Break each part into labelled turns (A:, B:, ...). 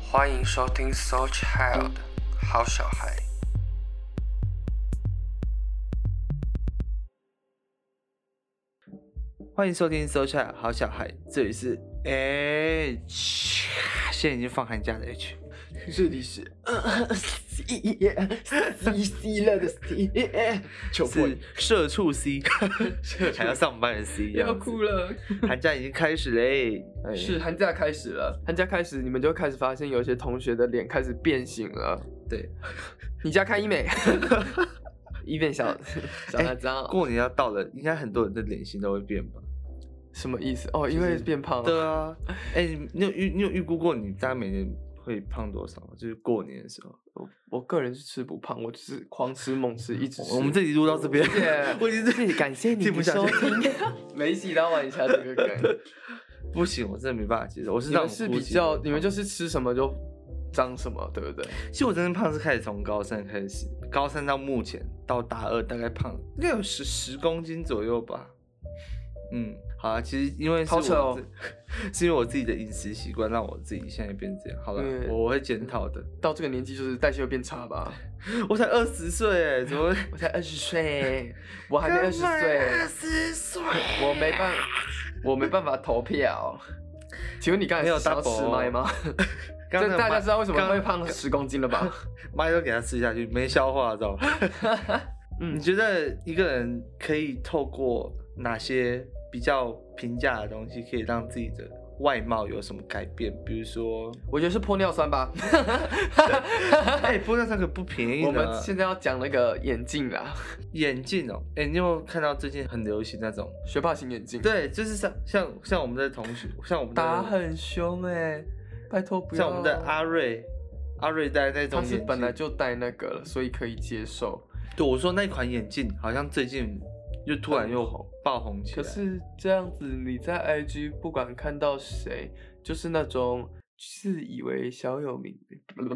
A: 欢迎收听《So Child》好小孩。欢迎收听《So Child》好小孩，这里是 H，现在已经放寒假的 H。这里是
B: C C 了的 C，求破
A: 是社畜 C，还要上班的 C，这
B: 要
A: 样子
B: 哭了。
A: 寒假已经开始嘞，哎
B: 是寒假开始了，寒假开始你们就开始发现有些同学的脸开始变形了。
A: 对，
B: 你家看医美，医变小小孩张、
A: 过年要到了，应该很多人的脸型都会变吧？
B: 什么意思？哦，因
A: 就是
B: 为变胖
A: 对
B: 了。
A: 啊，哎、你你有预你有预估过你大概每年会胖多少吗？就是过年的时候，
B: 我我个人是吃不胖，我就是狂吃猛吃，一直吃。
A: 我们这集录到这边
B: 谢谢，
A: 我已经
B: 谢谢感谢你
A: 听不
B: 的
A: 下去
B: 收听。没洗到玩一下这个梗，
A: 不行，我真的没办法接受。我是
B: 你
A: 那
B: 们
A: 种
B: 是
A: 忽
B: 比
A: 其
B: 较，
A: 然
B: 你们
A: 胖
B: 就是吃什么就长什么，对不对？
A: 其实我真正胖是开始从高三开始，高三到目前到大二大概胖了应该有十十公斤左右吧。嗯，好啊，其实因为是
B: 好扯
A: 我
B: 哦
A: 自 是因为我自己的饮食习惯让我自己现在变这样。好了，
B: 嗯
A: 我会检讨的。
B: 到这个年纪就是代谢会变差吧。
A: 我才二十岁哎，怎么会？
B: 我才二十岁，我 还没二十岁，欸
A: 十岁，
B: 我没办，我没办法投票。请问你刚才
A: 没有
B: 是想要
A: double 哦
B: 吃麦吗？
A: 刚
B: 这
A: 才
B: 大家知道为什么会
A: 刚
B: 胖十公斤了吧？
A: 麦都给他吃下去，没消化，知道 吗？你
B: 嗯，
A: 觉得一个人可以透过哪些比较平价的东西，可以让自己的外貌有什么改变？比如说，
B: 我觉得是玻尿酸吧。
A: 哎、玻尿酸可不便宜呢。
B: 我们现在要讲那个眼镜啦，
A: 眼镜哦、哎、你有没有看到最近很流行那种？
B: 学霸型眼镜，
A: 对，就是像像像我们的同学，像我们
B: 打
A: 的
B: 很凶哎、拜托不要。
A: 像我们的阿瑞，阿瑞戴那种眼
B: 他是
A: 镜，
B: 本来就戴那个了，所以可以接受。
A: 对我说那款眼镜好像最近又突然又红爆红起
B: 可
A: 来。
B: 是这样子，你在 IG 不管看到谁，就是那种自以为小有名，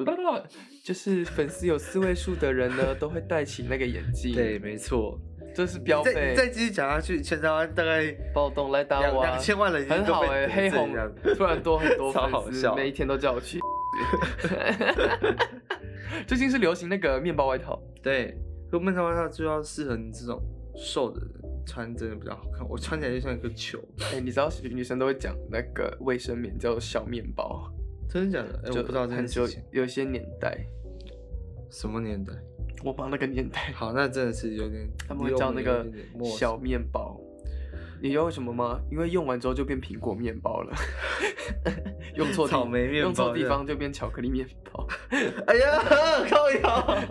B: 就是粉丝有四位数的人呢，都会戴起那个眼镜，
A: 对，，没错。
B: 这是标
A: 再
B: 配，
A: 再继续讲下去，全台湾大概
B: 暴动来打
A: 两
B: 我啊
A: 两，千万人已经
B: 很
A: 都
B: 好
A: 被
B: 哎、
A: 得
B: 黑
A: 罪
B: 红
A: 这样
B: 突然多很多
A: 超好
B: 粉丝，
A: 笑
B: 每一天都叫我去。最近是流行那个面包外套，
A: 对，可面罩外套就要适合你这种瘦的人穿，真的比较好看。我穿起来就像一个球，
B: 哎、你知道女生都会讲那个卫生棉叫做小面包，
A: 真的假的？哎、我不知道这
B: 很
A: 件
B: 久
A: 事情
B: 有些年代，
A: 什么年代。
B: 我妈那个年代，
A: 好，那真的是有点，
B: 他们
A: 离
B: 会
A: 我
B: 叫那
A: 有
B: 个
A: 一点点陌生
B: 小面包。你知道为什么吗？因为用完之后就变苹果面包了， 用错地
A: 草莓面包
B: 用错
A: 这
B: 地
A: 样
B: 方就变巧克力面包。
A: 哎呀，靠 腰，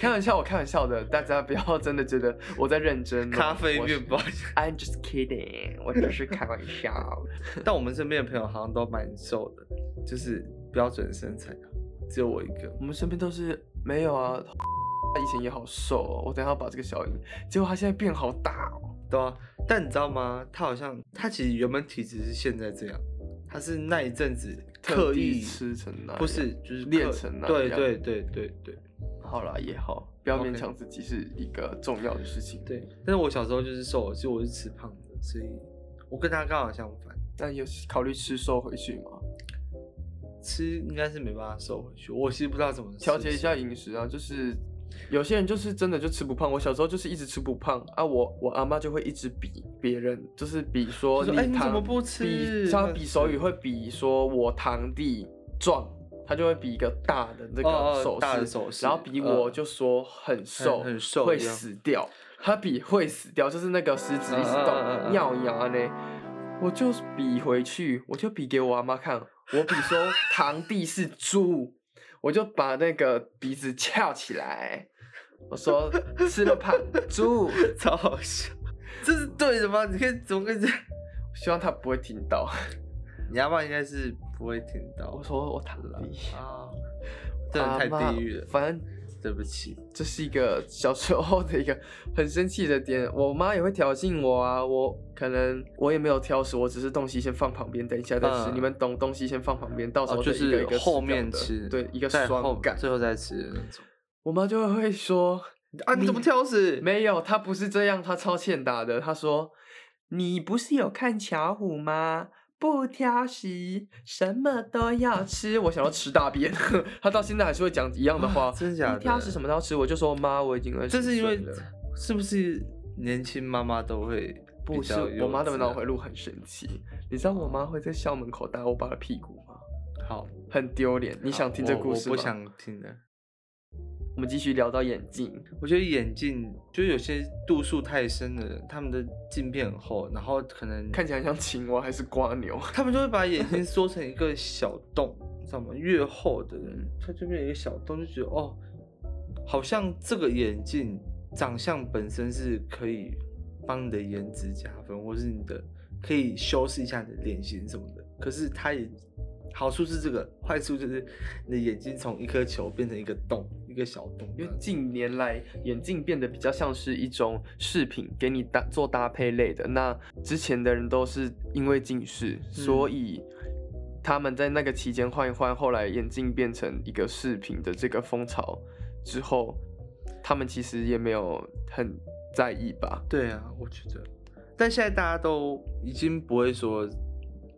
B: 开玩笑，我开玩笑的，大家不要 真的觉得我在认真哦、
A: 咖啡
B: 我是
A: 面包。
B: I'm just kidding，我只是开玩笑。
A: 但我们身边的朋友好像都蛮瘦的，就是标准身材啊，只有我一个。
B: 我们身边都是没有啊，他以前也好瘦哦。我等一下要把这个小音，结果他现在变好大哦。
A: 对啊，但你知道吗？他好像他其实原本体质是现在这样，他是那一阵子
B: 特
A: 刻
B: 地
A: 意
B: 吃成那样
A: 不是就是刻
B: 练成那
A: 对
B: 样
A: 对对对对
B: 好啦，也好，不要
A: OK
B: 勉强自己是一个重要的事情。
A: 对。但是我小时候就是瘦，其实我是吃胖的，所以我跟他刚好相反，
B: 但有考虑吃瘦回去吗？
A: 吃应该是没办法瘦回去。我其实不知道怎么
B: 调节一
A: 吃
B: 下饮食啊，就是有些人就是真的就吃不胖。我小时候就是一直吃不胖啊，我我阿妈就会一直比别人，就是比说
A: 就说
B: 你
A: 哎你怎
B: 堂
A: 么不吃
B: 比她比手语会比说我堂弟壮，她就会比一个大的
A: 哦
B: 那个
A: 哦
B: 手势，
A: 大的手势
B: 然后比我
A: 嗯
B: 就说很瘦，
A: 很瘦
B: 会
A: 这样
B: 死掉。他比会死掉，就是那个食指一直
A: 嗯嗯
B: 动
A: 嗯，嗯
B: 尿牙呢。我就比回去，我就比给我阿妈看，我比说 堂弟是猪，我就把那个鼻子翘起来，我说吃了胖猪，
A: 超好笑，这是对的吗？你可以怎么可以这样？
B: 希望他不会听到。
A: 你阿爸应该是不会听到
B: 我说我堂
A: 了
B: 弟，
A: 啊，真的太
B: 阿嬷
A: 地狱了，
B: 反正
A: 对不起。
B: 这是一个小时候的一个很生气的点， 我妈也会挑衅我啊，我可能我也没有挑食，我只是东西先放旁边，等一下再吃。
A: 嗯
B: 你们懂东西先放旁边，到时
A: 哦，
B: 候
A: 就
B: 再一个
A: 是
B: 一个
A: 后
B: 掉
A: 面
B: 的
A: 吃，
B: 对一个
A: 在后
B: 爽感。
A: 最后再吃的那种。
B: 我妈就会说
A: 啊，你怎么挑食？
B: 没有，她不是这样，她超欠打的。她说你不是有看巧虎吗？不挑食，什么都要吃。我想要吃大便， 他到现在还是会讲一样的 话。
A: 啊真的假的
B: 不挑食什么都要吃，我就说妈，我已经二十
A: 这是因为
B: 岁了
A: 是不是年轻妈妈都会比
B: 不是
A: 较幼稚啊？
B: 我妈的脑回路很神奇。你知道我妈会在校门口打我爸的屁股吗？
A: 好，
B: 很丢脸。你
A: 好
B: 想听这
A: 我
B: 故事
A: 哦
B: 吗？
A: 我不。想听的。
B: 我们继续聊到眼镜。
A: 我觉得眼镜就是有些度数太深的人，他们的镜片很厚，然后可能
B: 看起来像青蛙还是瓜牛？
A: 他们就会把眼睛缩成一个小洞，你知道吗？越厚的人，他这边有一个小洞，就觉得哦，好像这个眼镜长相本身是可以帮你的颜值加分，或是你的可以修饰一下你的脸型什么的。可是它也好处是这个，坏处就是你的眼睛从一颗球变成一个洞，一个小洞这
B: 因为
A: 样子。
B: 近年来眼镜变得比较像是一种饰品，给你搭做搭配类的。那之前的人都是因为近视，
A: 嗯
B: 所以他们在那个期间换一换，后来眼镜变成一个饰品的这个风潮之后，他们其实也没有很在意吧。
A: 对啊，我觉得，但现在大家都已经不会说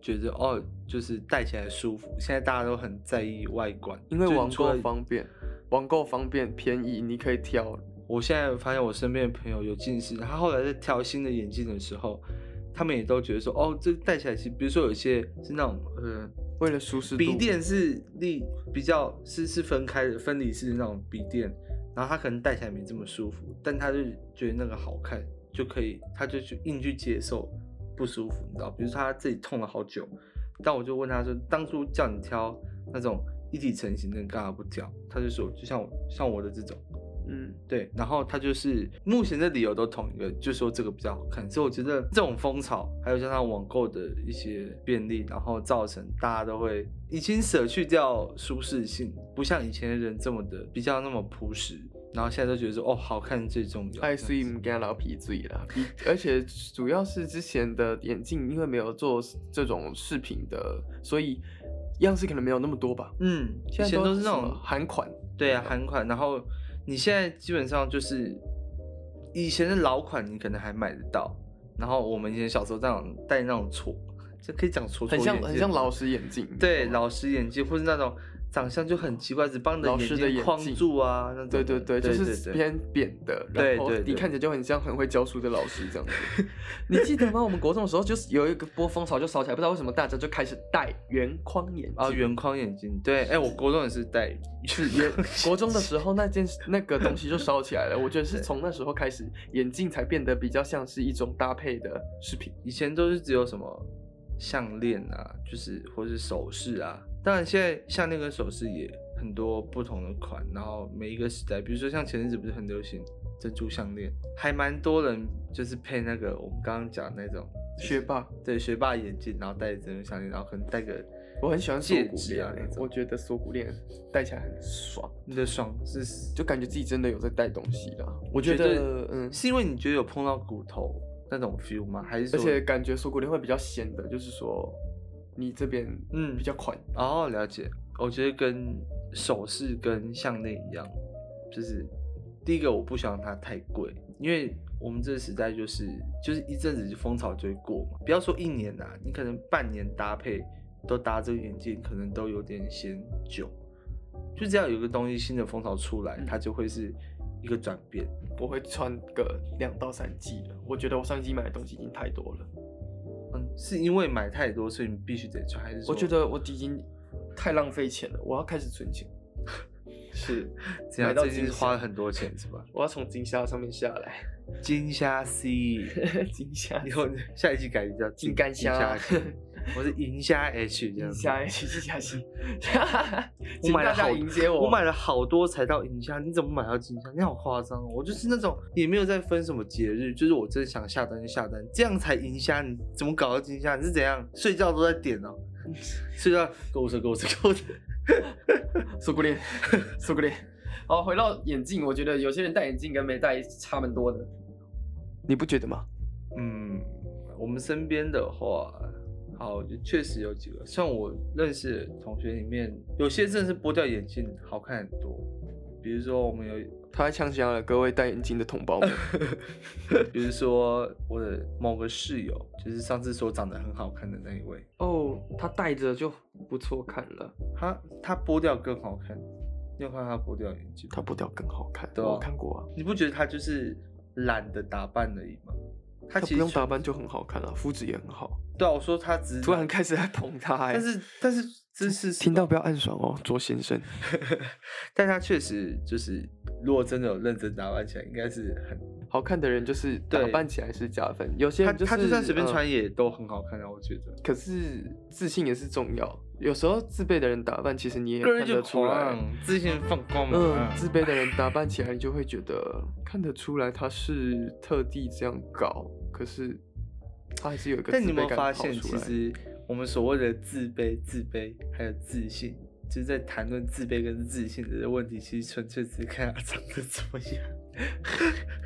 A: 觉得哦，就是戴起来舒服，现在大家都很在意外观，
B: 因为
A: 就你
B: 网
A: 除
B: 购
A: 了
B: 方便，网购方便便宜，你可以挑。
A: 我现在发现我身边的朋友有近视，他后来在挑新的眼镜的时候，他们也都觉得说，哦，这戴起来其实，比如说有些是那种呃
B: 为了舒适度，
A: 笔电是立比较是是分开的分离式的那种笔电，然后他可能戴起来没这么舒服，但他就觉得那个好看，就可以他就去硬去接受不舒服，你知道？比如说他自己痛了好久，但我就问他说，当初叫你挑那种一体成型的，你干嘛不挑？他就说，就像我像我的这种。
B: 嗯，
A: 对，然后他就是目前的理由都同一个，就说这个比较好看，所以我觉得这种风潮，还有加上网购的一些便利，然后造成大家都会已经舍去掉舒适性，不像以前的人这么的比较那么朴实，然后现在都觉得说哦，好看最重要。
B: 爱
A: 这样
B: 睡
A: 子
B: 唔干老皮醉啦，比而且主要是之前的眼镜，因为没有做这种饰品的，所以样式可能没有那么多吧。
A: 嗯，以
B: 现在
A: 前都是那
B: 什
A: 种
B: 么韩款，
A: 对啊，韩款，然后你现在基本上就是以前的老款，你可能还买得到，然后我们以前小时候那种戴那种戳，这可以讲戳戳
B: 很
A: 眼
B: 像
A: 镜
B: 很像
A: 吗
B: 老式眼镜，
A: 对
B: 你知道吗
A: 老师眼镜，或是那种长相就很奇怪，只帮你
B: 老师的
A: 眼睛
B: 眼
A: 框
B: 镜
A: 住啊，那种
B: 对
A: 的。
B: 对对，
A: 对
B: 就是
A: 对
B: 偏扁的，
A: 对
B: 然后
A: 对
B: 你
A: 对
B: 看起来就很像很会教书的老师这样子。 你记得吗？我们国中的时候就是有一个波风潮就烧起来，不知道为什么大家就开始戴圆框眼
A: 啊，
B: 镜。
A: 圆框眼镜，对，哎，我国中也是戴，
B: 是 也 国中的时候那件那个东西就烧起来了。我觉得是从那时候开始，眼镜才变得比较像是一种搭配的饰品。
A: 以前都是只有什么项链啊，就是或是首饰啊，当然现在项链跟首饰也很多不同的款，然后每一个时代，比如说像前阵子不是很流行珍珠项链，还蛮多人就是配那个我们刚刚讲的那种
B: 学 霸，
A: 对学霸眼镜，然后戴珍珠项链，然后可能戴个
B: 我很喜欢锁
A: 戒
B: 骨
A: 指
B: 链
A: 啊
B: 欸
A: 那，种
B: 我觉得锁骨链戴起来很爽，
A: 你的爽是
B: 就感觉自己真的有在戴东西啦。我觉
A: 觉
B: 得
A: 得，
B: 嗯，
A: 是因为你觉得有碰到骨头那种 feel 吗？还是
B: 而
A: 说
B: 且感觉锁骨链会比较显的，就是说你这边
A: 嗯
B: 比较宽。
A: 哦了解？我觉得跟首饰跟项链一样，就是第一个我不喜望它太贵，因为我们这个时代就是就是一阵子风潮就会过嘛，不要说一年啊，你可能半年搭配都搭这个眼镜，可能都有点显久。就只要有一个东西新的风潮出来
B: 嗯，
A: 它就会是一个转变。
B: 我会穿个两到三季了，我觉得我上一季买的东西已经太多了。
A: 嗯，是因为买太多，所以你必须得穿，还是说
B: 我觉得我已经太浪费钱了，我要开始存钱。
A: 是，这
B: 买
A: 样
B: 到
A: 最近
B: 金
A: 花
B: 虾
A: 了很多钱 是吧？
B: 我要从金虾上面下来，
A: 金虾 C，
B: 金虾
A: 以后下一期改名叫
B: 金干虾，
A: C 我是银虾 H 这样
B: 金
A: 子。
B: 虾 H 金虾 C，
A: 我
B: 请
A: 买了
B: 大
A: 好
B: 家，迎接
A: 我
B: 我
A: 买了好多才到银虾，你怎么买到金虾？你好夸张哦！我就是那种也没有在分什么节日，就是我真的想下单就下单，这样才银虾，你怎么搞到金虾？你是怎样睡觉都在点 哦？睡觉购物车购物车购物车，
B: 苏古烈，苏古烈。好，回到眼镜，我觉得有些人戴眼镜跟没戴差蛮多的，你不觉得吗？
A: 嗯，我们身边的话，好，确实有几个，像我认识的同学里面，有些真的是剥掉眼镜好看很多。比如说，我们有
B: 他在呛瞎了各位戴眼镜的同胞们。
A: 比如说我的某个室友，就是上次说长得很好看的那一位，
B: 哦，他戴着就不错看了，
A: 他他剥掉更好看，你有看到他剥掉眼镜吗？
B: 他不掉更好看。
A: 对啊
B: 我看过啊，
A: 你不觉得他就是懒得打扮而已吗？他
B: 他
A: 其实
B: 不用打扮就很好看了、肤质也很好。
A: 对啊，我说他只是
B: 突然
A: 懒，
B: 开始在捧他、欸，
A: 但是但是这是
B: 听到不要暗爽哦，卓先生。
A: 但他确实就是，如果真的有认真打扮起来，应该是很
B: 好看的人就是打
A: 对
B: 扮起来是加分，有些
A: 他
B: 人
A: 他
B: 就
A: 就算随便
B: 呃
A: 穿也都很好看啊，我觉得。
B: 可是自信也是重要。有时候自卑的人打扮，其实你也
A: 个人
B: 看
A: 就
B: 得出来。
A: 狂，啊自信放光芒啊
B: 嗯，。自卑的人打扮起来，你就会觉得看得出来他是特地这样搞，可是他还是有一个自
A: 但你有没
B: 卑
A: 有
B: 感
A: 发
B: 跑
A: 现，
B: 出
A: 其
B: 来。
A: 实我们所谓的自卑、自卑还有自信，就是在谈论自卑跟自信的问题，其实纯粹只是看他长得怎么样。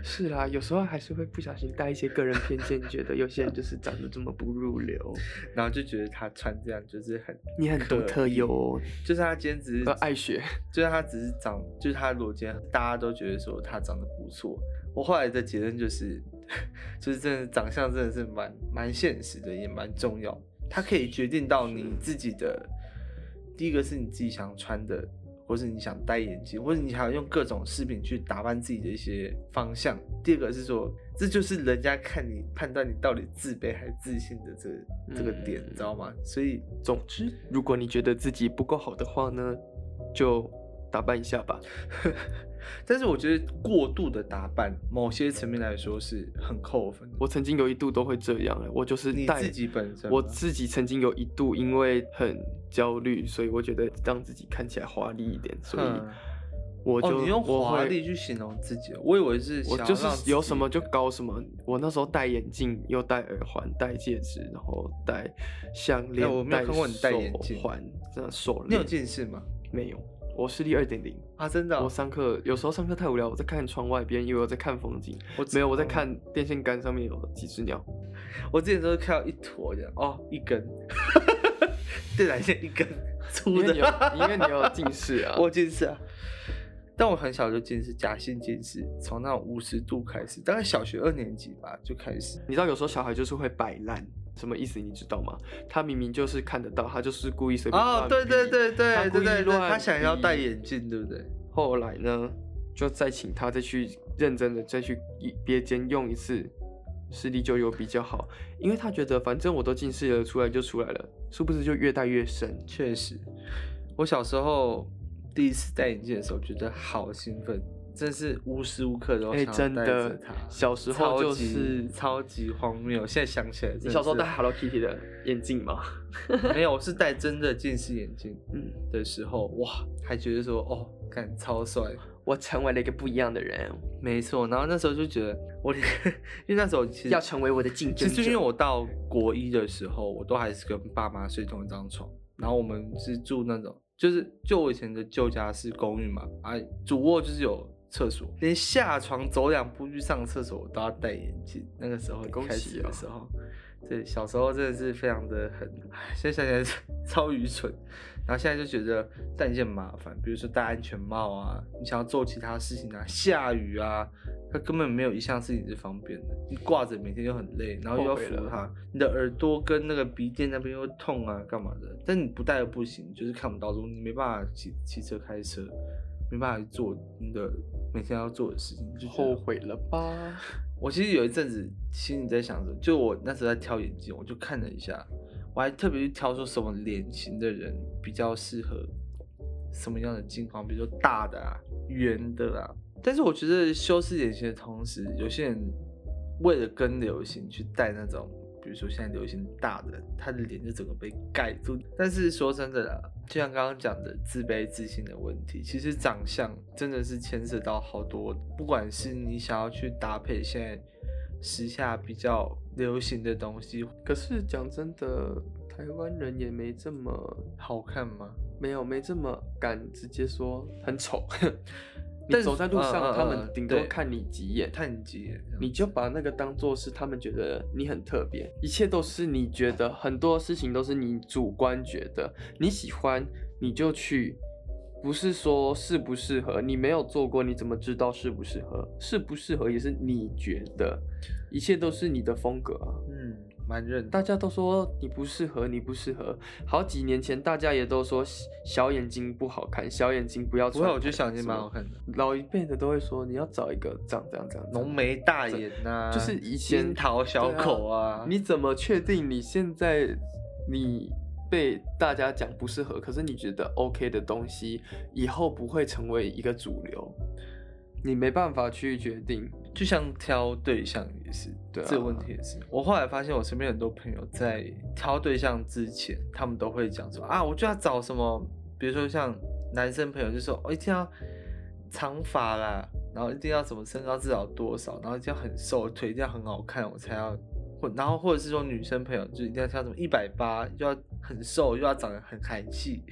B: 是啦，有时候还是会不小心带一些个人偏见，觉得有些人就是长得这么不入流，
A: 然后就觉得他穿这样就是很，
B: 你很独特哟。
A: 就是他今天只是
B: 呃爱学，
A: 就是他只是长，就是他裸肩，大家都觉得说他长得不错。我后来的结论就是， 就是真的长相真的是蛮蛮现实的，也蛮重要。它可以决定到你自己的，第一个是你自己想穿的，或是你想戴眼镜，或者你想要用各种饰品去打扮自己的一些方向。第二个是说，这就是人家看你判断你到底自卑还是自信的这个这
B: 嗯
A: 个点，你知道吗？所以
B: 总之，如果你觉得自己不够好的话呢，就打扮一下吧。
A: 但是我觉得过度的打扮，某些层面来说是很扣分的。
B: 我曾经有一度都会这样、欸，我就是
A: 你
B: 戴
A: 自己本身吗，
B: 我自己曾经有一度因为很焦虑，所以我觉得让自己看起来华丽一点，所以
A: 嗯
B: 我就、
A: 哦，你用
B: 我
A: 华
B: 会
A: 丽，去形容自己，我以为是想
B: 我
A: 要让自
B: 就是
A: 己
B: 有什么就搞什么。我那时候戴眼镜，又戴耳环，戴戒指，然后戴项链，
A: 哎我没有看过你戴眼镜
B: 手环，这样手
A: 你有
B: 链
A: 近视吗？
B: 没有？我视力二点零。
A: 啊，真的哦、
B: 我上课有时候上课太无聊，我在看窗外，别人以为我在看风景，
A: 我
B: 没有，我在
A: 哦
B: 看电线杆上面有几只鸟。
A: 我之前都是看到一坨的，哦，一根， 对来线一 根
B: 因
A: 粗
B: 为
A: 的
B: 你有，因为你有近视啊
A: 。我近视啊。但我很小就近视，假性近视，从那五十度开始，大概小学二年级吧就开始。
B: 你知道有时候小孩就是会摆烂，什么意思你知道吗？他明明就是看得到，他就是故意随便
A: 哦，
B: 乱
A: 对对
B: 比。
A: 对
B: 他
A: 对
B: 故
A: 对
B: 意
A: 对对，他
B: 乱
A: 想要戴
B: 比
A: 眼镜，对不对？
B: 后来呢，就再请他再去认真的再去一别间用一次，视力就有比较好，因为他觉得反正我都近视了，出来就出来了，殊不知就越戴越深。
A: 确实，我小时候第一次戴眼镜的时候，觉得好兴奋，真是无时无刻都哦
B: 哎、
A: 想要
B: 真
A: 戴着
B: 的
A: 它。，
B: 小时候就
A: 超级
B: 是
A: 超级荒谬，现在想起来真的是，
B: 你小时候戴 Hello Kitty 的眼镜吗？
A: 没有，我是戴真的近视眼镜
B: 嗯，
A: 的时候，哇，还觉得说哦，感超 帅。
B: 我成为了一个不一样的人，
A: 没错，然后那时候就觉得我连， 因为那时候其实
B: 要成为我的竞
A: 其
B: 争
A: 实就因为
B: 者。
A: 我到国一的时候，我都还是跟爸妈睡同一张床，然后我们是住那种，就是就我以前的旧家是公寓嘛，啊，主卧就是有厕所，连下床走两步去上厕所我都要戴眼镜。那个时候一
B: 恭
A: 开
B: 喜
A: 始
B: 哦
A: 的时候，对，小时候真的是非常的很，唉现在想起来是 超愚蠢。然后现在就觉得戴眼镜很麻烦，比如说戴安全帽啊，你想要做其他事情啊，下雨啊，它根本没有一项事情是方便的。你挂着每天又很累，然后又要
B: 后悔
A: 扶
B: 了
A: 它，你的耳朵跟那个鼻尖那边又痛啊，干嘛的？但你不戴又不行，就是看不到路，你没办法骑骑车、开车，没办法去做你的每天要做的事情，就觉得
B: 后悔了吧？
A: 我其实有一阵子心里在想着，就我那时候在挑眼镜，我就看了一下，我还特别去挑说什么脸型的人比较适合什么样的镜框，比如说大的啊、圆的啊。但是我觉得修饰脸型的同时，有些人为了跟流行去戴那种，比如说现在流行大的，他的脸就整个被盖住。但是说真的啦，就像刚刚讲的自卑自信的问题，其实长相真的是牵涉到好多，不管是你想要去搭配现在时下比较流行的东西，
B: 可是讲真的，台湾人也没这么
A: 好看吗？
B: 没有没这么敢直接说很丑。
A: 但
B: 你
A: 是
B: 走在路上，
A: 嗯嗯
B: 他
A: 嗯
B: 们顶多
A: 对
B: 看你几眼，
A: 看你几眼这样，
B: 你就把那个当做是他们觉得你很特别，一切都是你觉得，很多事情都是你主观觉得你喜欢，你就去不是说适不适合，你没有做过，你怎么知道适不适合？适不适合也是你觉得，一切都是你的风格啊。
A: 嗯，蛮认同。
B: 大家都说你不适合，你不适合。好几年前，大家也都说小小眼睛不好看，小眼睛不要
A: 不
B: 穿。
A: 嗯会，我觉得小眼睛蛮好。看的，
B: 老一辈的都会说，你要找一个这样这样这样。这样
A: 浓眉大眼呐、
B: 就是以
A: 樱
B: 前
A: 桃小口啊，
B: 你怎么确定你现在你被大家讲不适合，可是你觉得 OK 的东西，以后不会成为一个主流？你没办法去决定。
A: 就像挑对象也是，
B: 对啊
A: 这个问题也是。我后来发现，我身边很多朋友在挑对象之前，他们都会讲说啊，我就要找什么，比如说像男生朋友就说，哦，一定要长发啦，然后一定要什么身高至少多少，然后一定要很瘦，腿一定要很好看，我才要。或然后或者是说女生朋友就一定要挑什么一百八，又要很瘦，又要长得很韩系，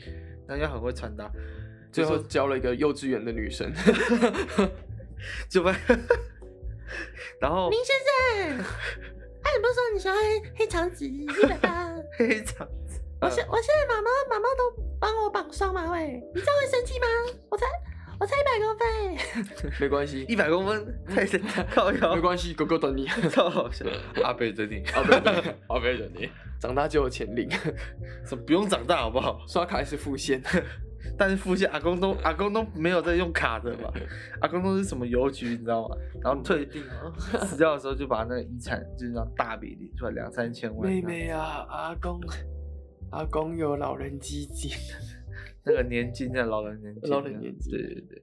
A: 然后又很会穿搭，
B: 最后
A: 就
B: 交了一个幼稚园的 女生，
A: 就会。然后
C: 林先生，哎，你不是说你喜欢黑黑长直一百八？
A: 黑长直，
C: 我现我现在妈妈妈妈都帮我绑双马尾，你这样会生气吗？我才我才一百公分欸，
B: 没关系，
A: 一百公分，太神靠腰，
B: 没关系，狗狗等你。
A: 超 好笑。阿贝最近
B: 阿 贝等你，阿贝等你，长大就有潜力，
A: 什么不用长大好不好？
B: 刷卡也是付现。
A: 但是父亲阿公都阿公都没有在用卡的嘛，阿公都是什么邮局你知道吗？然后退
B: 定啊，
A: 死掉的时候就把那个遗产就这样大笔领出来两三千万，
B: 妹妹啊，阿公，阿公有老人基 金。
A: 那个年金的老人年金，
B: 老人年金
A: 对对对。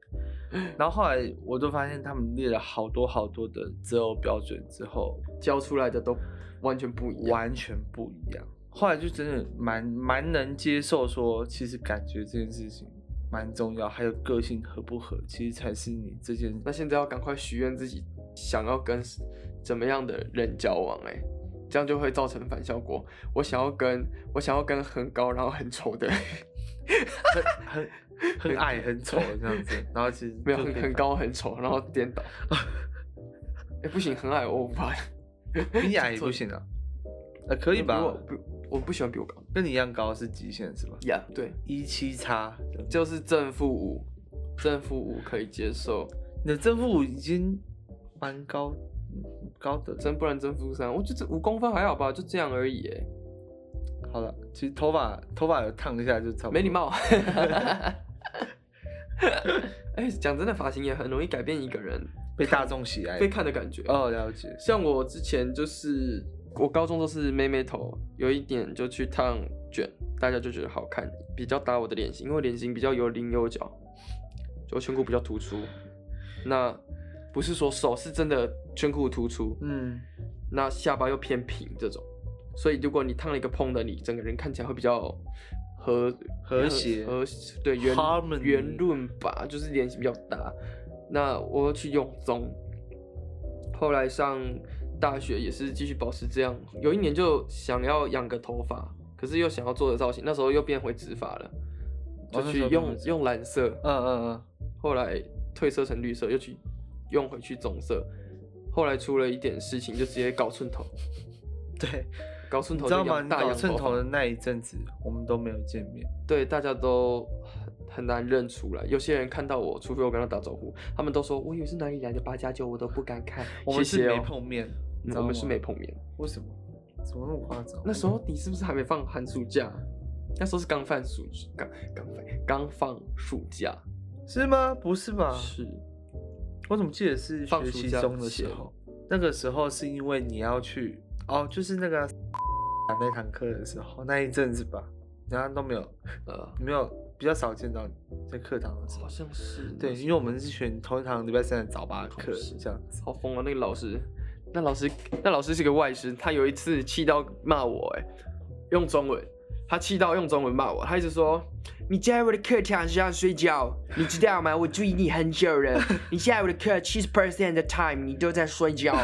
A: 然后后来我就发现他们列了好多好多的择偶标准之后，
B: 教出来的都完全不一样。
A: 完全不一样。后来就真的蛮蛮能接受说，其实感觉这件事情蛮重要，还有个性合不合，其实才是你这件
B: 那现在要赶快许愿自己想要跟怎么样的人交往、欸，这样就会造成反效果。我想要跟我想要跟很高然后很丑的，
A: 很很很矮很丑的这样子。 然后其实
B: 没有
A: 就
B: 很
A: 可以
B: 很高很丑，然后颠 倒。哎、不行，很矮我无法。
A: 发， 比你矮也不行啊，呃可以吧
B: 比？我不，我不喜欢比我高。
A: 跟你一样高是极限是吧？
B: 呀、对，
A: 一七差，
B: 就是正负五，正负五可以接受，
A: 你的正负五已经蛮高高的了。
B: 正不然正负三，我觉得五公分还好吧，就这样而已、欸，
A: 好了，其实头发头发有烫一下就差不多。
B: 没礼貌。 哎、讲真的，发型也很容易改变一个人
A: 被大众喜爱
B: 被。看的感觉。
A: 哦，了解。
B: 像我之前就是我高中都是妹妹头，有一点就去烫卷，大家就觉得好看，比较搭我的脸型，因为我脸型比较有棱有角，就颧骨比较突出。那不是说手是真的颧骨突出，
A: 嗯，
B: 那下巴又偏平这种，所以如果你烫了一个蓬的，你整个人看起来会比较和
A: 和谐
B: 和对圆
A: Harmony
B: 圆润吧，就是脸型比较大。那我去用棕，后来上大学也是继续保持这样，有一年就想要养个头发，可是又想要做的造型，那时候又变回直发了，
A: 哦
B: 就
A: 那时
B: 去
A: 候变
B: 用、
A: 回直
B: 用蓝色，
A: 嗯嗯
B: 后来褪色成绿色，又去用回去棕色。后来出了一点事情，就直接搞寸头，
A: 嗯， 对，
B: 搞寸
A: 你
B: 头
A: 知道
B: 就
A: 吗？
B: 养大
A: 搞
B: 洋
A: 寸头
B: 头
A: 的
B: 发，
A: 那一阵子，我们都没有见面。
B: 对大家都很很难认出来。有些人看到我，除非我跟他打招呼，他们都说我以为是哪里来的八加九，我都不敢看。
A: 我们
B: 谢
A: 是
B: 谢
A: 没
B: 哦
A: 碰面，你
B: 嗯
A: 知
B: 我
A: 道
B: 们是
A: 吗
B: 没碰面。
A: 为什么？怎么那么夸张？
B: 那时候你是不是还没放寒暑假？那时候是刚放暑刚刚放刚放暑假，
A: 是吗？不是吧？
B: 是
A: 我怎么记得是
B: 放
A: 学
B: 暑
A: 习
B: 假
A: 中的时
B: 前
A: 候？那个时候是因为你要去哦，就是那个那堂课的时候，那一阵子吧，然后都没有
B: 呃，
A: 没有比较少见到你在课堂的时候
B: 好。像哦是
A: 对，因为我们是选同一堂礼拜三的早八
B: 同
A: 课
B: 时，
A: 这样子。
B: 好疯啊！那个老师，那老师，那老师是个外师，他有一次气到骂我、哎，用中文，他气到用中文骂我，他一直说：“你在我的课堂上睡觉，你知道吗？我注意你很久了，你在我的课七 percent 的 time 你都在睡觉，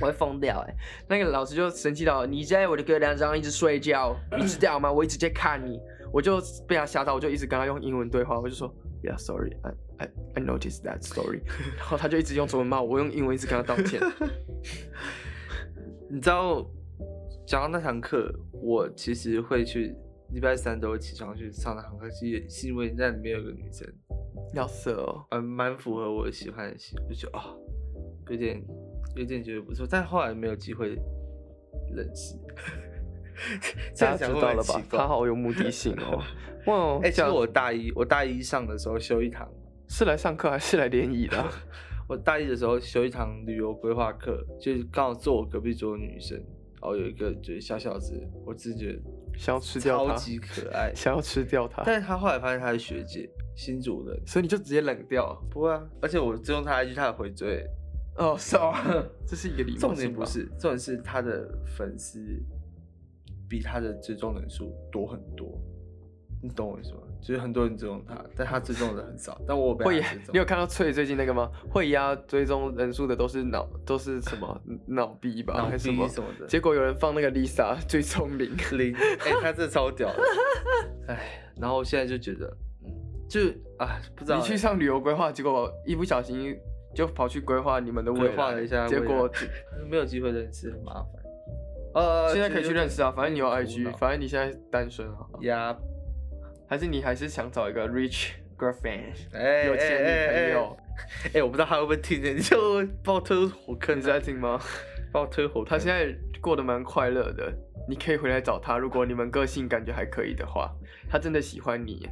B: 我会疯掉、哎，那个老师就生气到：“你在我的课堂上一直睡觉，你知道吗？我一直在看你。”我就被他吓到，我就一直跟他用英文对话，我就说，Yeah, sorry, I I I noticed that, sorry。然后他就一直用中文骂我，我用英文一直跟他道 歉。
A: 你知道，讲到那堂课，我其实会去礼拜三都会起床去上那堂课，是也是因为那里面有个女生，
B: 要色哦，
A: 蛮蛮符合我喜欢的戏，我就觉得啊、有点有点觉得不错，但后来没有机会认识。 这
B: 大
A: 样
B: 家
A: 讲
B: 知
A: 会不
B: 道
A: 会
B: 了
A: 很
B: 吧
A: 奇？怪
B: 他好有目的性哦。 哇哦，
A: 哎、其实
B: 讲
A: 我大一，我大一上的时候修一堂，
B: 是来上课还是来联谊的啊？
A: 我大一的时候修一堂旅游规划课，就是刚好坐我隔壁桌的女生，然后有一个就是小小子，我自己觉得
B: 想要吃掉
A: 超
B: 他，
A: 级 可爱，
B: 想要吃掉他，
A: 但是她后来发现她是学姐，新主人，
B: 所以你就直接冷掉。
A: 不会啊，而且我追踪她 IG，她也回追，
B: 哦，是哦， 这是一个礼貌。
A: 重点不，是，重点是她的粉丝比她的追踪人数多很多，你懂我意思吗？就是很多人追踪她，但她追踪的人很少，但我有被
B: 慧
A: 她
B: 雅
A: 追，踪
B: 你有看到翠最近那个吗？慧雅追踪人数的都是脑，都是什么脑逼吧，
A: 然后
B: 还
A: B
B: 是什么？
A: 什么的，
B: 结果有人放那个 Lisa 最聪明，
A: 零，哎、他真的超屌的，哎，然后现在就觉得，嗯，就啊，不知道、
B: 你去上旅游规划，结果一不小心就跑去规划你们的未来
A: 规划了一下未
B: 结
A: 来
B: 果
A: 没有机会认识，很麻烦。呃，
B: 现在可以去认识啊，反正你有
A: 有点苦
B: IG，
A: 恼
B: 反正你现在单身啊，
A: 呀，
B: 还是你还是想找一个 rich girlfriend，
A: 哎，
B: 有钱女朋
A: 哎，
B: 友？
A: 哎，哎我不知道他会不会听见，你就把我推入火坑
B: 你
A: 啊，
B: 在听吗？
A: 把我推火坑。
B: 他现在过得蛮快乐的，你可以回来找他，如果你们个性感觉还可以的话，他真的喜欢你。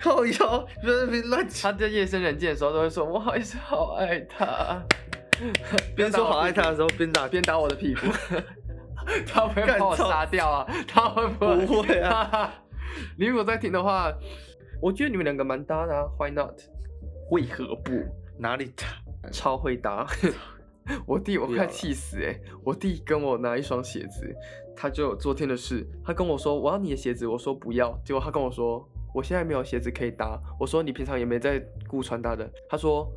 A: 靠腰，不要在那边乱讲，
B: 他在夜深人静的时候都会说，我还是好爱他，
A: 边说好爱他的时候边打
B: 边打我 的屁股。他会
A: 干
B: 把我
A: 操
B: 杀掉啊？他会不会？
A: 不会
B: 啊！ 你如果在听的话，我觉得你们两个蛮搭的啊，Why not？为何不？
A: 哪里打？
B: 超会搭。 我弟我
A: 不要
B: 快
A: 了
B: 气死哎、我弟跟我拿一双鞋子，他就昨天的事，他跟我说我要你的鞋子，我说不要，结果他跟我说我现在没有鞋子可以搭，我说你平常也没在顾穿搭的，他说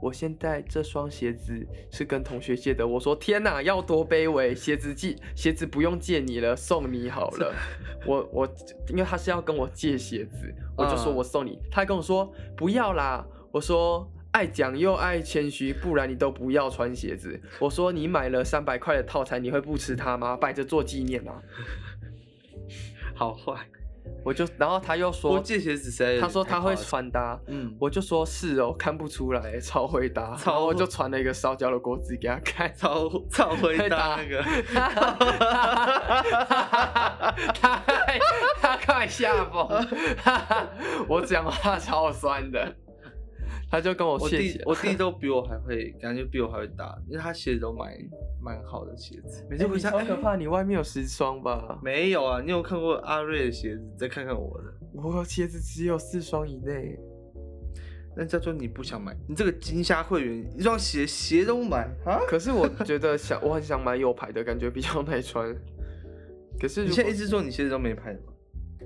B: 我现在这双鞋子是跟同学借的，我说天哪，要多卑微，鞋子借鞋子不用借你了，送你好 了，我我因为他是要跟我借鞋子，我就说
A: 嗯
B: 我送你，他还跟我说不要啦，我说爱讲又爱谦虚，不然你都不要穿鞋子。我说你买了三百块的套餐，你会不吃它吗？摆着做纪念吗？
A: 好坏？
B: 我就然后他又
A: 我
B: 说，
A: 借鞋子谁？
B: 他说他会，穿搭。
A: 嗯，
B: 我就说是哦，看不出 来，超会搭。
A: 超
B: 然后我就传了一个烧焦的锅子给他 看，
A: 超超会搭那个。
B: 他快他快吓 疯，我讲话超酸的，他就跟我
A: 我
B: 谢
A: 弟
B: 谢。
A: 我 弟都比我还会，感觉比我还会打，因为他鞋子都买蛮好的鞋子。每
B: 哎
A: 次
B: 你
A: 回家，
B: 超可
A: 哎
B: 怕，你外面有十双吧？
A: 没有啊，你有看过阿瑞的鞋子？再看看我的，
B: 我鞋子只有四双以内，
A: 那叫做你不想买。你这个金虾会员，一双鞋鞋都不买啊？
B: 可是我觉得想我很想买有牌的感觉比较耐穿。可是
A: 你
B: 如
A: 现
B: 果
A: 在一直说你鞋子都没牌的吗？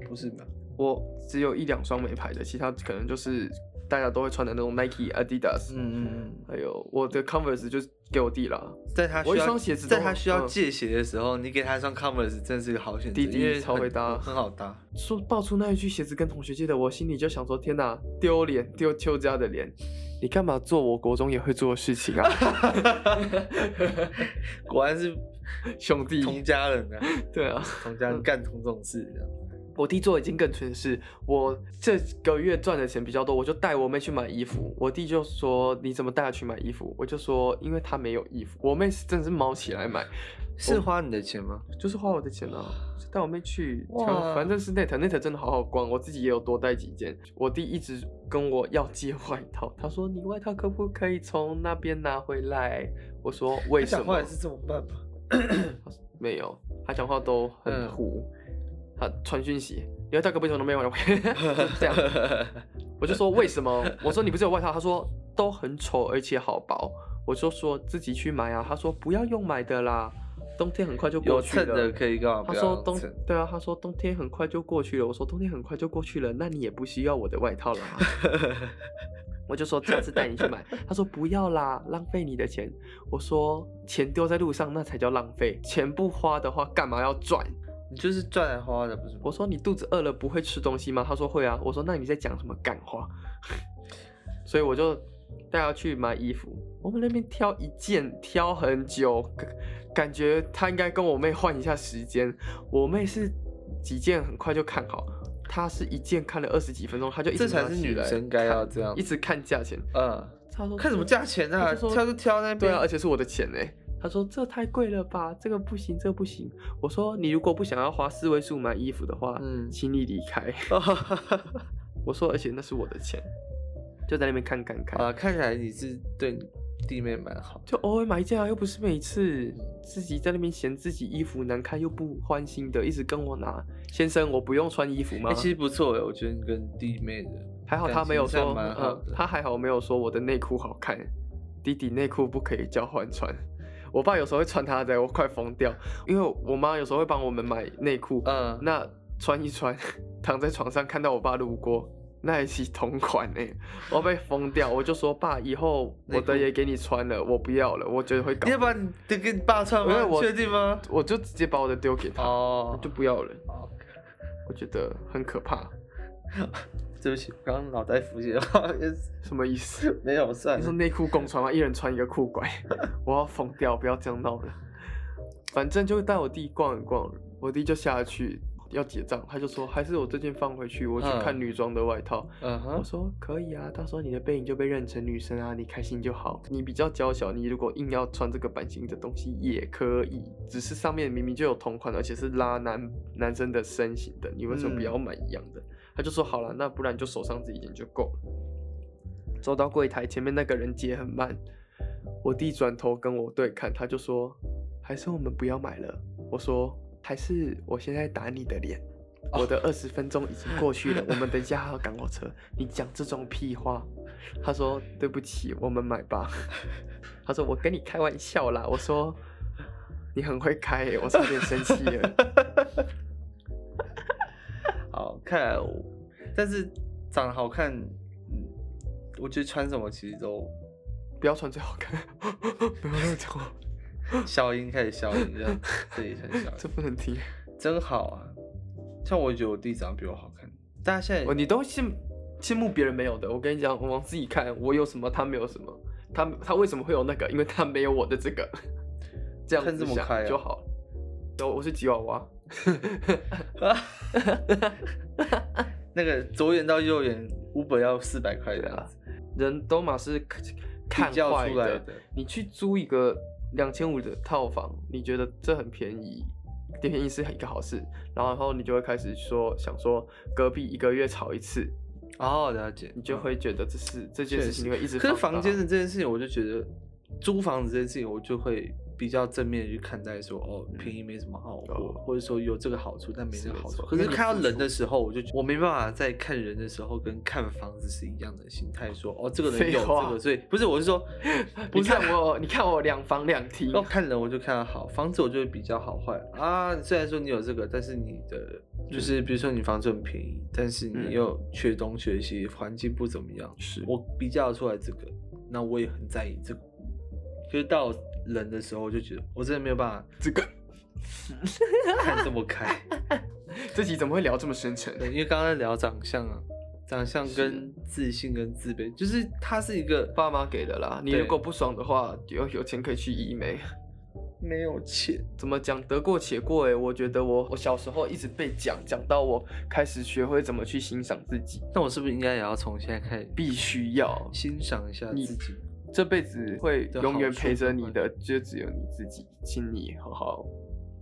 A: 不是吧？
B: 我只有一两双没牌的，其他可能就是大家都会穿的那种 Nike、Adidas，、
A: 嗯嗯嗯。
B: 还有我的 Converse 就是给我弟了。
A: 在他需
B: 我一
A: 要
B: 双鞋子都
A: 在他需要
B: 嗯
A: 借鞋的时候，你给他一双 Converse 真是个好选择，
B: 弟弟
A: 因为
B: 超
A: 很
B: 会搭
A: 很好 搭。
B: 说爆出那一句鞋子跟同学借的，我心里就想说：天哪，丢脸丢邱家的脸！你干嘛做我国中也会做的事情啊，
A: 果然是
B: 兄弟？
A: 同家人啊，
B: 对啊，
A: 同家人干同这种事这样。
B: 我弟做了一件更蠢的事，我这个月赚的钱比较多，我就带我妹去买衣服。我弟就说：“你怎么带她去买衣服？”我就说：“因为她没有衣服。”我妹是真的是毛起来买，
A: 是花你的钱吗？
B: 就是花我的钱啊，就带我妹去，
A: 哇
B: 看反正是 net net 真的好好逛，我自己也有多带几件。我弟一直跟我要借外套，他说你外套可不可以从那边拿回来？我说为
A: 他
B: 什
A: 讲话
B: 么
A: 也？是这种办 法。
B: 没有，他讲话都很
A: 嗯
B: 糊，他传讯息，你外套可不可以从那边拿回来？就 这样，我就说为什么？我说你不是有外套？他说都很丑，而且好薄。我就说自己去买啊，他说不要用买的啦，冬天很快就过
A: 有
B: 去了。
A: 蹭的可以干嘛？
B: 他
A: 不
B: 说
A: 要
B: 冬
A: 蹭
B: 对啊，他说冬天很快就过去了。我说冬天很快就过去了，那你也不需要我的外套了嘛。 我就说下次带你去买。他说不要啦，浪费你的钱。我说钱丢在路上那才叫浪费，钱不花的话干嘛要赚？
A: 你就是赚来花的，不是吗？
B: 我说你肚子饿了不会吃东西吗？他说会啊。我说那你在讲什么干话？ 所以我就带他去买衣服。我们那边挑一件挑很久，感感觉他应该跟我妹换一下时间。我妹是几件很快就看好，他是一件看了二十几分钟，他就一直
A: 这才
B: 拿
A: 是
B: 起
A: 女
B: 来
A: 生该要
B: 看
A: 这样
B: 一直看价钱。
A: 嗯，
B: 他说
A: 看什么
B: 这
A: 价钱
B: 他
A: 啊？
B: 就说
A: 挑就挑那
B: 对
A: 边
B: 啊，，而且是我的钱呢。他说这太贵了吧，这个不行，这个不行。我说你如果不想要花四位数买衣服的话，
A: 嗯
B: 请你离开。 我说而且那是我的钱，就在那边看看看。
A: 啊，看起来你是对你弟妹蛮好的。
B: 就偶尔买一件啊，又不是每次自己在那边嫌自己衣服难看又不欢心的，一直跟我拿。先生，我不用穿衣服吗？
A: 哎、其实不错哎，我觉得你跟弟妹的
B: 还好他没有
A: 感情
B: 说，
A: 上蛮好
B: 呃
A: 的，
B: 他还好没有说我的内裤好看，弟弟内裤不可以交换穿。 我爸有时候会穿他的，我快疯掉，因为我妈有时候会帮我们买内裤，
A: 嗯，
B: 那穿一穿， 躺在床上看到我爸路过，那一起同款呢、 我被疯掉，我就说爸，以后我的
A: 内裤
B: 也给你穿了，我不要了，我觉得会搞
A: 你要，把你的给你爸穿
B: 因为
A: 吗？
B: 我
A: 确定吗？
B: 我就直接把我的丢给他，
A: 哦，
B: 就不要了，
A: 哦
B: 我觉得很可怕，
A: 对不起，我刚刚脑袋浮现，不好意思
B: 什么意思？
A: 没有算
B: 你说
A: 了。
B: 内裤共穿吗？一人穿一个裤 管，我要疯掉！不要这样闹了。反正就带我弟逛一逛，我弟就下去要结账，他就说还是我这件放回去，我去看
A: 嗯
B: 女装的外套。
A: 嗯
B: 我
A: 哼，
B: 说可以啊，到时候你的背影就被认成女生啊，你开心就好。你比较娇小，你如果硬要穿这个版型的东西也可以，只是上面明明就有同款，而且是拉男男生的身形的，你为什么不
A: 嗯
B: 要买一样的？他就说好了，那不然就手上这一件就够了。走到柜台前面，那个人结很慢，我弟转头跟我对看，他就说还是我们不要买了。我说还是我现在打你的脸。我的二十分钟已经过去了，我们等一下还要赶火车。你讲这种屁话，他说对不起，我们买吧。他说我跟你开玩笑啦。我说你很会开、欸，我差点生气了。
A: 好，看来我，但是长得好看，嗯，我觉得穿什么其实都
B: 不要穿最 好看，不要乱讲话，
A: 消音开始消音，这样这里很消
B: 这
A: 音，
B: 不能听。
A: 真好啊。像我也觉得我弟长得比我好看，大家现在
B: 哦，你都羡羡慕别人没有的。我跟你讲，我往自己看，我有什么，他没有什么。他他为什么会有那个？因为他没有我的这个。 这样
A: 看
B: 子
A: 这么
B: 想
A: 开啊
B: 就好了。我、我是吉娃娃。
A: 那个左眼到右眼，五本要四百块这样子，
B: 啊人都嘛是看看
A: 比较
B: 坏
A: 出来
B: 的。
A: 的。
B: 你去租一个两千五的套房，你觉得这很便宜，便宜是一个好事，然后你就会开始说想说隔壁一个月吵一次，
A: 哦，了解，
B: 你就会觉得这是这件
A: 确
B: 事情
A: 实
B: 你会一直
A: 可是
B: 放大
A: 房间的这件事情，我就觉得租房子这件事情，我就会比较正面地去看待说，哦，便宜没什么好过，
B: 嗯哦
A: 或者说有这个好处，但没
B: 是
A: 那个
B: 没
A: 好
B: 错
A: 处。可
B: 因为
A: 是
B: 你
A: 看到
B: 付
A: 人
B: 出
A: 的时候，我就觉我没办法在看人的时候跟看房子是一样的心态，说，哦，这个人
B: 废
A: 有
B: 话，
A: 这个，所以不是，我是说不
B: 你
A: 是哦啊
B: 看我，你看我两房两厅，
A: 要看人我就看好，房子我就会比较好坏啊。虽然说你有这个，但是你的就是比如说你房子很便宜，但是
B: 嗯
A: 你又缺东缺西，环境不怎么样，
B: 是
A: 我比较出来这个，那我也很在意这个。可是到人的时候，我就觉得我真的没有办法
B: 这个
A: 看这么开，
B: 这集怎么会聊这么深沉？
A: 对，因为刚刚在聊长相啊，长相
B: 是
A: 跟自信跟自卑，就是它是一个
B: 爸妈给的啦，你
A: 对
B: 如果不爽的话，有有钱可以去医美。
A: 没有钱，
B: 怎么讲得过且过诶、欸我觉得我我小时候一直被讲，讲到我开始学会怎么去欣赏自己，
A: 那我是不是应该也要从现在开始
B: 必须要
A: 欣赏一下
B: 你
A: 自己？
B: 这辈子会
A: 的
B: 永远
A: 好处
B: 陪着
A: 不
B: 你
A: 会
B: 的，就只有你自己，请你好好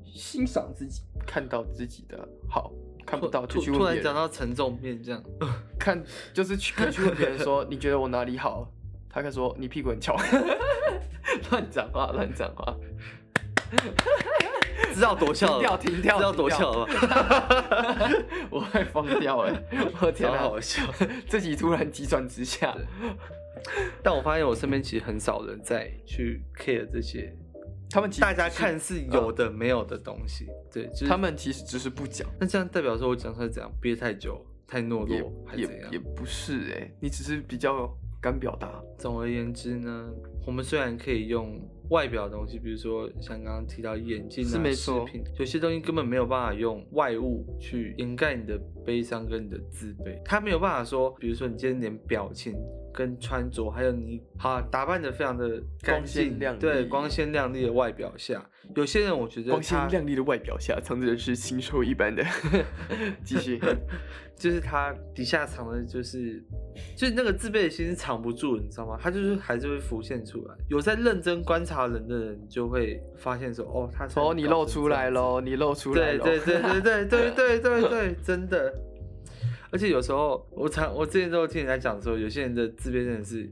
B: 欣赏自己，看到自己的好，看不到就
A: 突
B: 去
A: 突突
B: 问别
A: 然讲
B: 人，
A: 到沉重面这样，
B: 看 就是去可以去问别人说你觉得我哪里好，他可以说你屁股很翘， 乱讲话乱讲话，
A: 知道多
B: 停
A: 翘
B: 掉
A: 了，
B: 停掉，
A: 知道
B: 停
A: 多
B: 掉
A: 翘了吧？
B: 我会疯掉哎、我天
A: 超
B: 哪，
A: 好笑。
B: 自己突然急转直下，
A: 但我发现我身边其实很少人在去 care 这些
B: 他们其实
A: 大家
B: 只是
A: 看似有的没有的东西，对，就是
B: 他们其实只是不讲。
A: 那这样代表说我讲出来怎样憋太久、太懦
B: 也
A: 弱还是怎
B: 也
A: 样
B: 也？不是哎、你只是比较敢表达，
A: 总而言之呢，我们虽然可以用外表的东西，比如说像刚刚提到眼镜
B: 是
A: 啊、
B: 没
A: 饰
B: 错
A: 品，有些东西根本没有办法用外物去掩盖你的悲伤跟你的自卑。他没有办法说，比如说你今天连表情跟穿着，还有你好打扮的非常的干
B: 光鲜
A: 净
B: 亮，
A: 对
B: 丽
A: 光鲜亮丽的外表下，有些人我觉得
B: 光鲜
A: 他
B: 亮丽的外表下，藏着的是禽兽一般的。 继续，
A: 就是他底下藏的就是，就是那个自卑的心是藏不住，你知道吗？他就是还是会浮现出来。有在认真观察人的人，就会发现说，哦，他才
B: 哦，你
A: 搞
B: 露
A: 成
B: 出
A: 这样
B: 来
A: 子
B: 喽，你露出
A: 对
B: 来喽。
A: 对对 对对对对对对，真的。而且有时候我常我之前都有听人家讲说，有些人的自卑真的是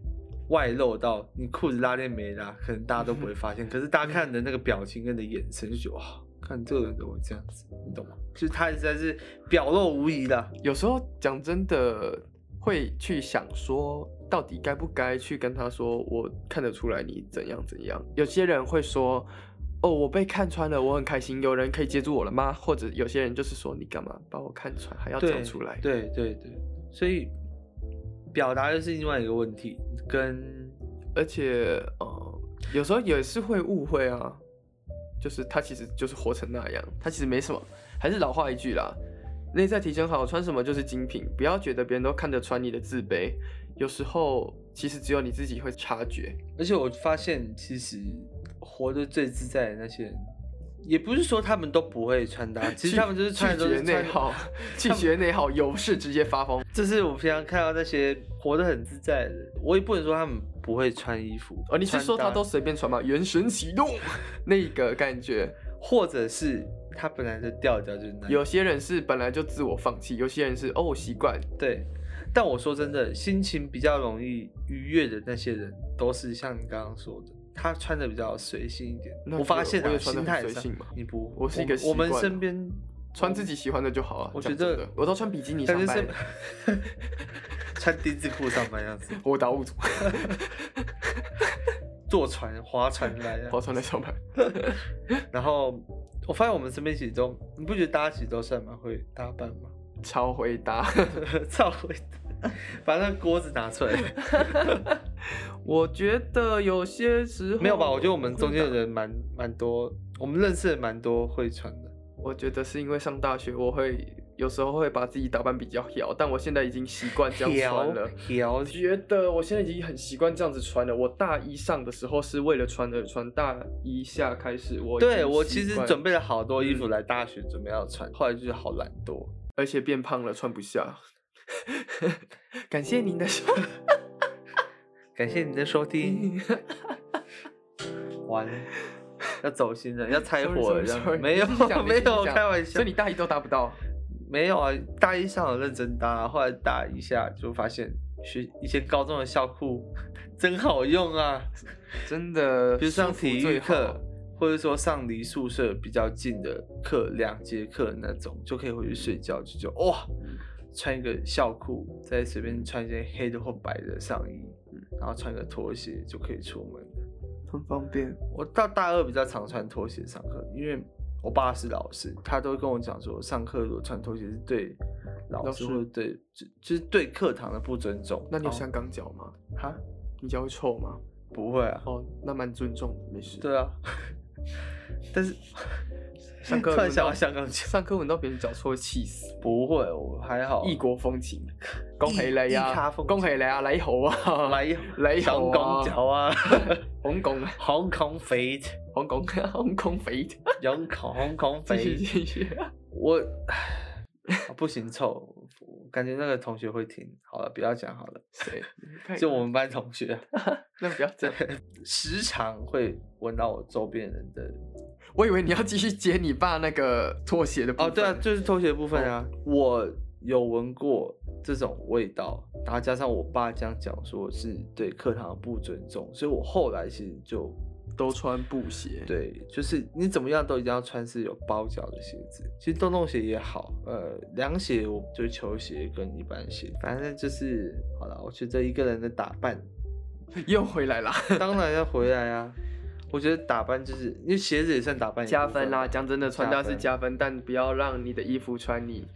A: 外露到你裤子拉链没拉，可能大家都不会发现，可是大家看的那个表情跟你的眼神就觉得哇，看这个人怎么会这样子，你懂吗？就是他实在是表露无遗的。
B: 有时候讲真的，会去想说，到底该不该去跟他说，我看得出来你怎样怎样。有些人会说，哦，我被看穿了，我很开心，有人可以接住我了吗？或者有些人就是说，你干嘛把我看穿，还要
A: 对
B: 讲出来？
A: 对对对，所以表达又是另外一个问题，跟
B: 而且呃，有时候也是会误会啊，就是他其实就是活成那样，他其实没什么。还是老话一句啦，内在提升好，穿什么就是精品，不要觉得别人都看得穿你的自卑，有时候其实只有你自己会察觉。
A: 而且我发现，其实活得最自在的那些人，也不是说他们都不会穿搭，其实他们就是穿的
B: 拒
A: 都
B: 绝
A: 是
B: 内
A: 穿
B: 耗，拒绝内耗，有事直接发疯。
A: 这是我平常看到那些活得很自在的人，我也不能说他们不会穿衣服。
B: 哦，你是
A: 穿
B: 说
A: 搭
B: 他都随便穿吗？原神启动那个感觉，
A: 或者是他本来的调调就是那样
B: 有些人是本来就自我放弃，有些人是哦我习惯，
A: 对。但我说真的，心情比较容易愉悦的那些人，都是像你刚刚说的，他穿的比较随性一点。
B: 那
A: 我发现
B: 我
A: 啊，
B: 也穿得
A: 心
B: 很
A: 态
B: 随
A: 上
B: 性嘛
A: 你不，
B: 我是一个
A: 我
B: 习
A: 们
B: 惯
A: 身
B: 了
A: 边
B: 穿自己喜欢的就好啊。
A: 我
B: 讲
A: 觉得
B: 真的我都穿比基尼
A: 感
B: 上
A: 觉是
B: 班，
A: 穿丁字裤上班样子，
B: 我打五组，
A: 坐船划船来的
B: 我。穿在上班。
A: 然后我发现我们身边其实都，你不觉得大家其实都是还蛮会打扮吗？
B: 超回答，
A: 超会的，把那个锅子拿出来。
B: 我觉得有些时 候
A: 没有吧？我觉得我们中间的，人蛮蛮多，我们认识的蛮多会穿的。
B: 我觉得是因为上大学，我会有时候会把自己打扮比较屌，但我现在已经习惯这样穿 了。
A: 调
B: 我觉得我现在已经很习惯这样子穿了。我大一上的时候是为了穿而穿，大一下开始我已经
A: 对我其
B: 习
A: 实
B: 惯嗯
A: 准，备了好多衣服来大学准备要穿，后来就是好懒惰。
B: 而且变胖了，穿不下。 感谢
A: 哦
B: 您的收
A: 感谢你的收听，
B: 听。
A: 完了要走心了，要拆伙了，这
B: 嗯
A: 样没
B: Sorry，sorry，sorry，
A: 有
B: 你继续讲
A: 没
B: 你继续
A: 有
B: 讲
A: 开玩笑。
B: 所以你大一都达不到，
A: 没有啊，大一上有认真搭，后来大一下就发现学以前高中的校裤 真好用啊，
B: 真的。
A: 比如上
B: 舒服
A: 体育
B: 最好
A: 课，或者说上离宿舍比较近的课，两节课那种就可以回去睡觉，就就哇，穿一个校裤，再随便穿一件黑的或白的上衣，嗯然后穿个拖鞋就可以出门了。
B: 很方便。
A: 我到大二比较常穿拖鞋上课，因为我爸是老师，他都会跟我讲说，上课如果穿拖鞋是对老
B: 老
A: 师
B: 师
A: 或者对就就是对课堂的不尊重。
B: 那你有
A: 哦
B: 香港脚吗？
A: 哈？
B: 你脚会臭吗？
A: 不会啊，
B: 哦，那蛮尊重的，没事。
A: 对啊，但 是
B: 上课
A: 突然
B: 闻
A: 想
B: 到
A: 到香港脚，
B: 上课闻到别人脚臭会气死。
A: 不会，我还好。
B: 异国风情，恭喜
A: 哦异
B: 你
A: 咖
B: 啊！
A: 風
B: 恭喜你啊！你好啊！
A: 哦 来
B: 你
A: 香
B: 好
A: 港
B: 啊！
A: 脚 啊
B: 香港啊，
A: ，Hong Kong feet，
B: 香港，香港肥，
A: 香港 Hong Kong
B: 继续
A: feet，
B: 继续。
A: 我啊不行臭，我感觉那个同学会听。好了，不要讲好了，
B: 谁？看
A: 就我们班同学。
B: 哎那不要 讲。
A: 时常会闻到我周边人的
B: 我以为你要继续接你爸那个拖鞋的部分。
A: 哦，对啊，就是拖鞋的部分啊，
B: 哦
A: 我有闻过这种味道，然后加上我爸这样讲说是对课堂的不尊重，所以我后来其实就
B: 都穿布鞋。，
A: 对，就是你怎么样都一定要穿是有包脚的鞋子，其实洞洞鞋也好，呃，凉鞋我就球鞋跟一般鞋，反正就是好了，我觉得一个人的打扮
B: 又回来啦，
A: 当然要回来啊，我觉得打扮就是因为鞋子也算打扮一
B: 加
A: 部分啊
B: 分
A: 嘛
B: 啦！讲真的，穿搭是
A: 加
B: 加分，但不要让你的衣服穿你。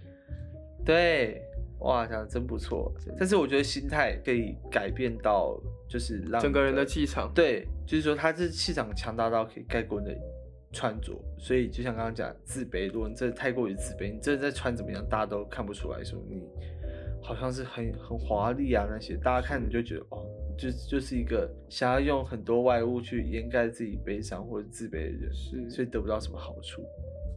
A: 对，哇，讲的真不错。但是我觉得心态可以改变到，就是让
B: 整个人的
A: 的
B: 气场。
A: 对，就是说他这气场强大到可以盖过你的穿着。所以就像刚刚讲自卑，如果你真的太过于自卑，你真的在穿怎么样，大家都看不出来说你好像是很很华丽啊那些，大家看你就觉得哦，就就是一个想要用很多外物去掩盖自己悲伤或者自卑的人，
B: 是
A: 所以得不到什么好处。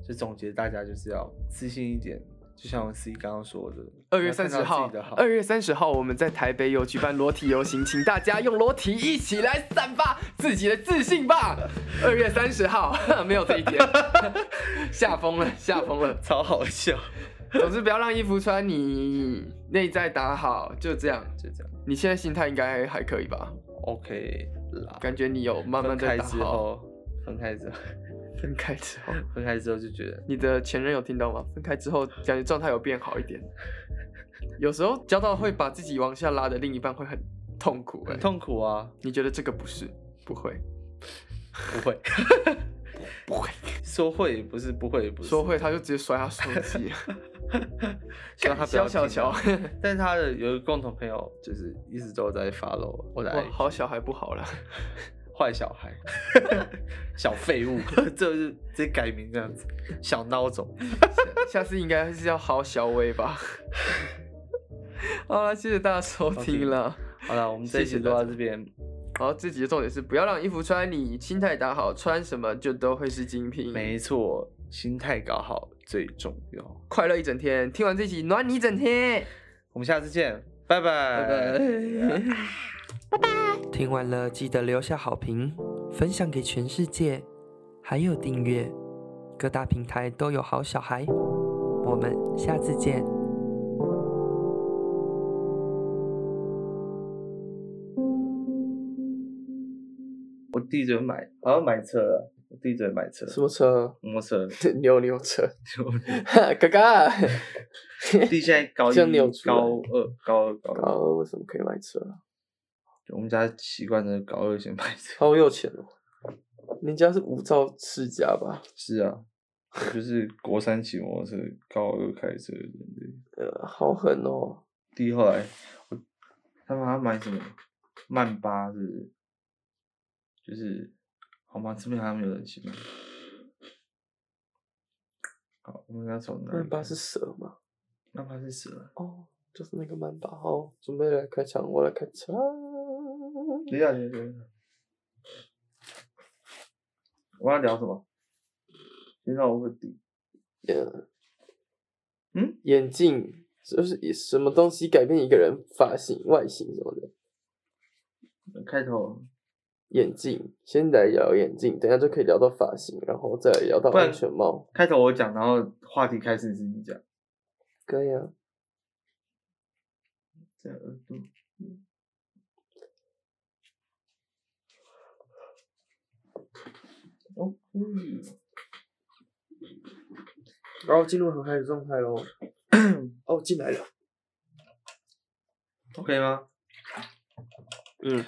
A: 所以总结大家就是要自信一点，就像我思怡刚刚说的，
B: 二月
A: 要看到
B: 三十号
A: 自己的好，
B: 二月三十号，我们在台北有举办裸体游行，请大家用裸体一起来散发自己的自信 吧。二月三十号 没有这一天，吓疯了，吓疯了。
A: 超好笑，
B: 总之不要让衣服穿你，内在打好，就这样。
A: 就这样。
B: 你现在心态应该还可以吧？
A: OK 啦，
B: 感觉你有慢
A: 分
B: 慢的
A: 开
B: 打
A: 之
B: 好。
A: 后，分开之后，
B: 分开之后，
A: 分开之后就觉得
B: 你的前任有听到吗？分开之后，感觉状态有变好一点。有时候交到会把自己往下拉的另一半会很痛苦、欸，
A: 很痛苦啊，
B: 你觉得这个不是？不会，
A: 不 会，
B: 不会。
A: 说会也不是，不会也不是，
B: 说会他就直接摔他手 机，
A: 希望他不要
B: 小
A: 听
B: 乔
A: 啊， 但是他的有一个共同朋友，就是一直都在 follow 我的
B: 哇
A: IG，
B: 好小孩不好了。
A: 坏小 孩，小废物， 这就是直接改名这样子，小孬种。
B: 下次应该是要好小 薇吧。好了，谢谢大家收听了。
A: 好了，我们这一
B: 谢
A: 期
B: 谢
A: 就
B: 大
A: 到
B: 家
A: 这边，
B: 好，这集的重点是不要让衣服穿你，心态打好，穿什么就都会是精品。
A: 没错，心态搞好最重要。
B: 快乐一整天，听完这集暖你一整天。
A: 我们下次见，拜拜，
D: 听完了记得留下好评，分享给全世界，还有订阅，各大平台都有好小孩。我们下次见。
A: 我弟准买，好像买车了，我弟准买车，
B: 么车？
A: 摩托车。
B: 扭扭车。 哥哥，
A: 弟现在高一
B: 这样扭、出来
A: 高二、高二、高二，
B: 二为什么可以买车？
A: 我们家习惯的高二先买车。
B: 好有钱哦！人家是五兆世家吧？
A: 是啊，我就是国三骑摩托车，高二开车的人类。
B: 呃，好狠哦！
A: 弟后来，我他妈他买什么？曼巴是不是？就是，好吗？这边好像没有人骑曼巴。好，我们要从哪里看？
B: 曼巴是蛇吗？
A: 曼巴是蛇。
B: 哦，就是那个曼巴。好，准备来开枪，我来开枪。
A: 等一下，等一下，等一下。我要聊什么？先让我个底。
B: 眼，
A: 嗯，
B: 眼镜就是以什么东西改变一个人发型、外形什么的。
A: 开头，
B: 眼镜，先来聊眼镜，等一下就可以聊到发型，然后再聊到
A: 不然
B: 安全帽。
A: 开头我讲，然后话题开始是你讲。
B: 可以啊。
A: 这样嗯耳朵。哦，嗯。
B: 然后进入很嗨的状态 喽。哦，进来了。
A: OK 吗？
B: 嗯，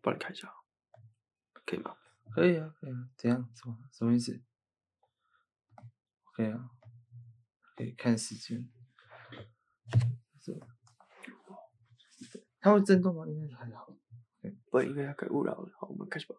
B: 帮你看一下，啊可以吗？
A: 可以啊，可以啊。怎样？什么？什么意思？OK 啊，可以看时间。这它会震动吗？应该还好。
B: 不然应该要该勿扰了。好，我们开始吧。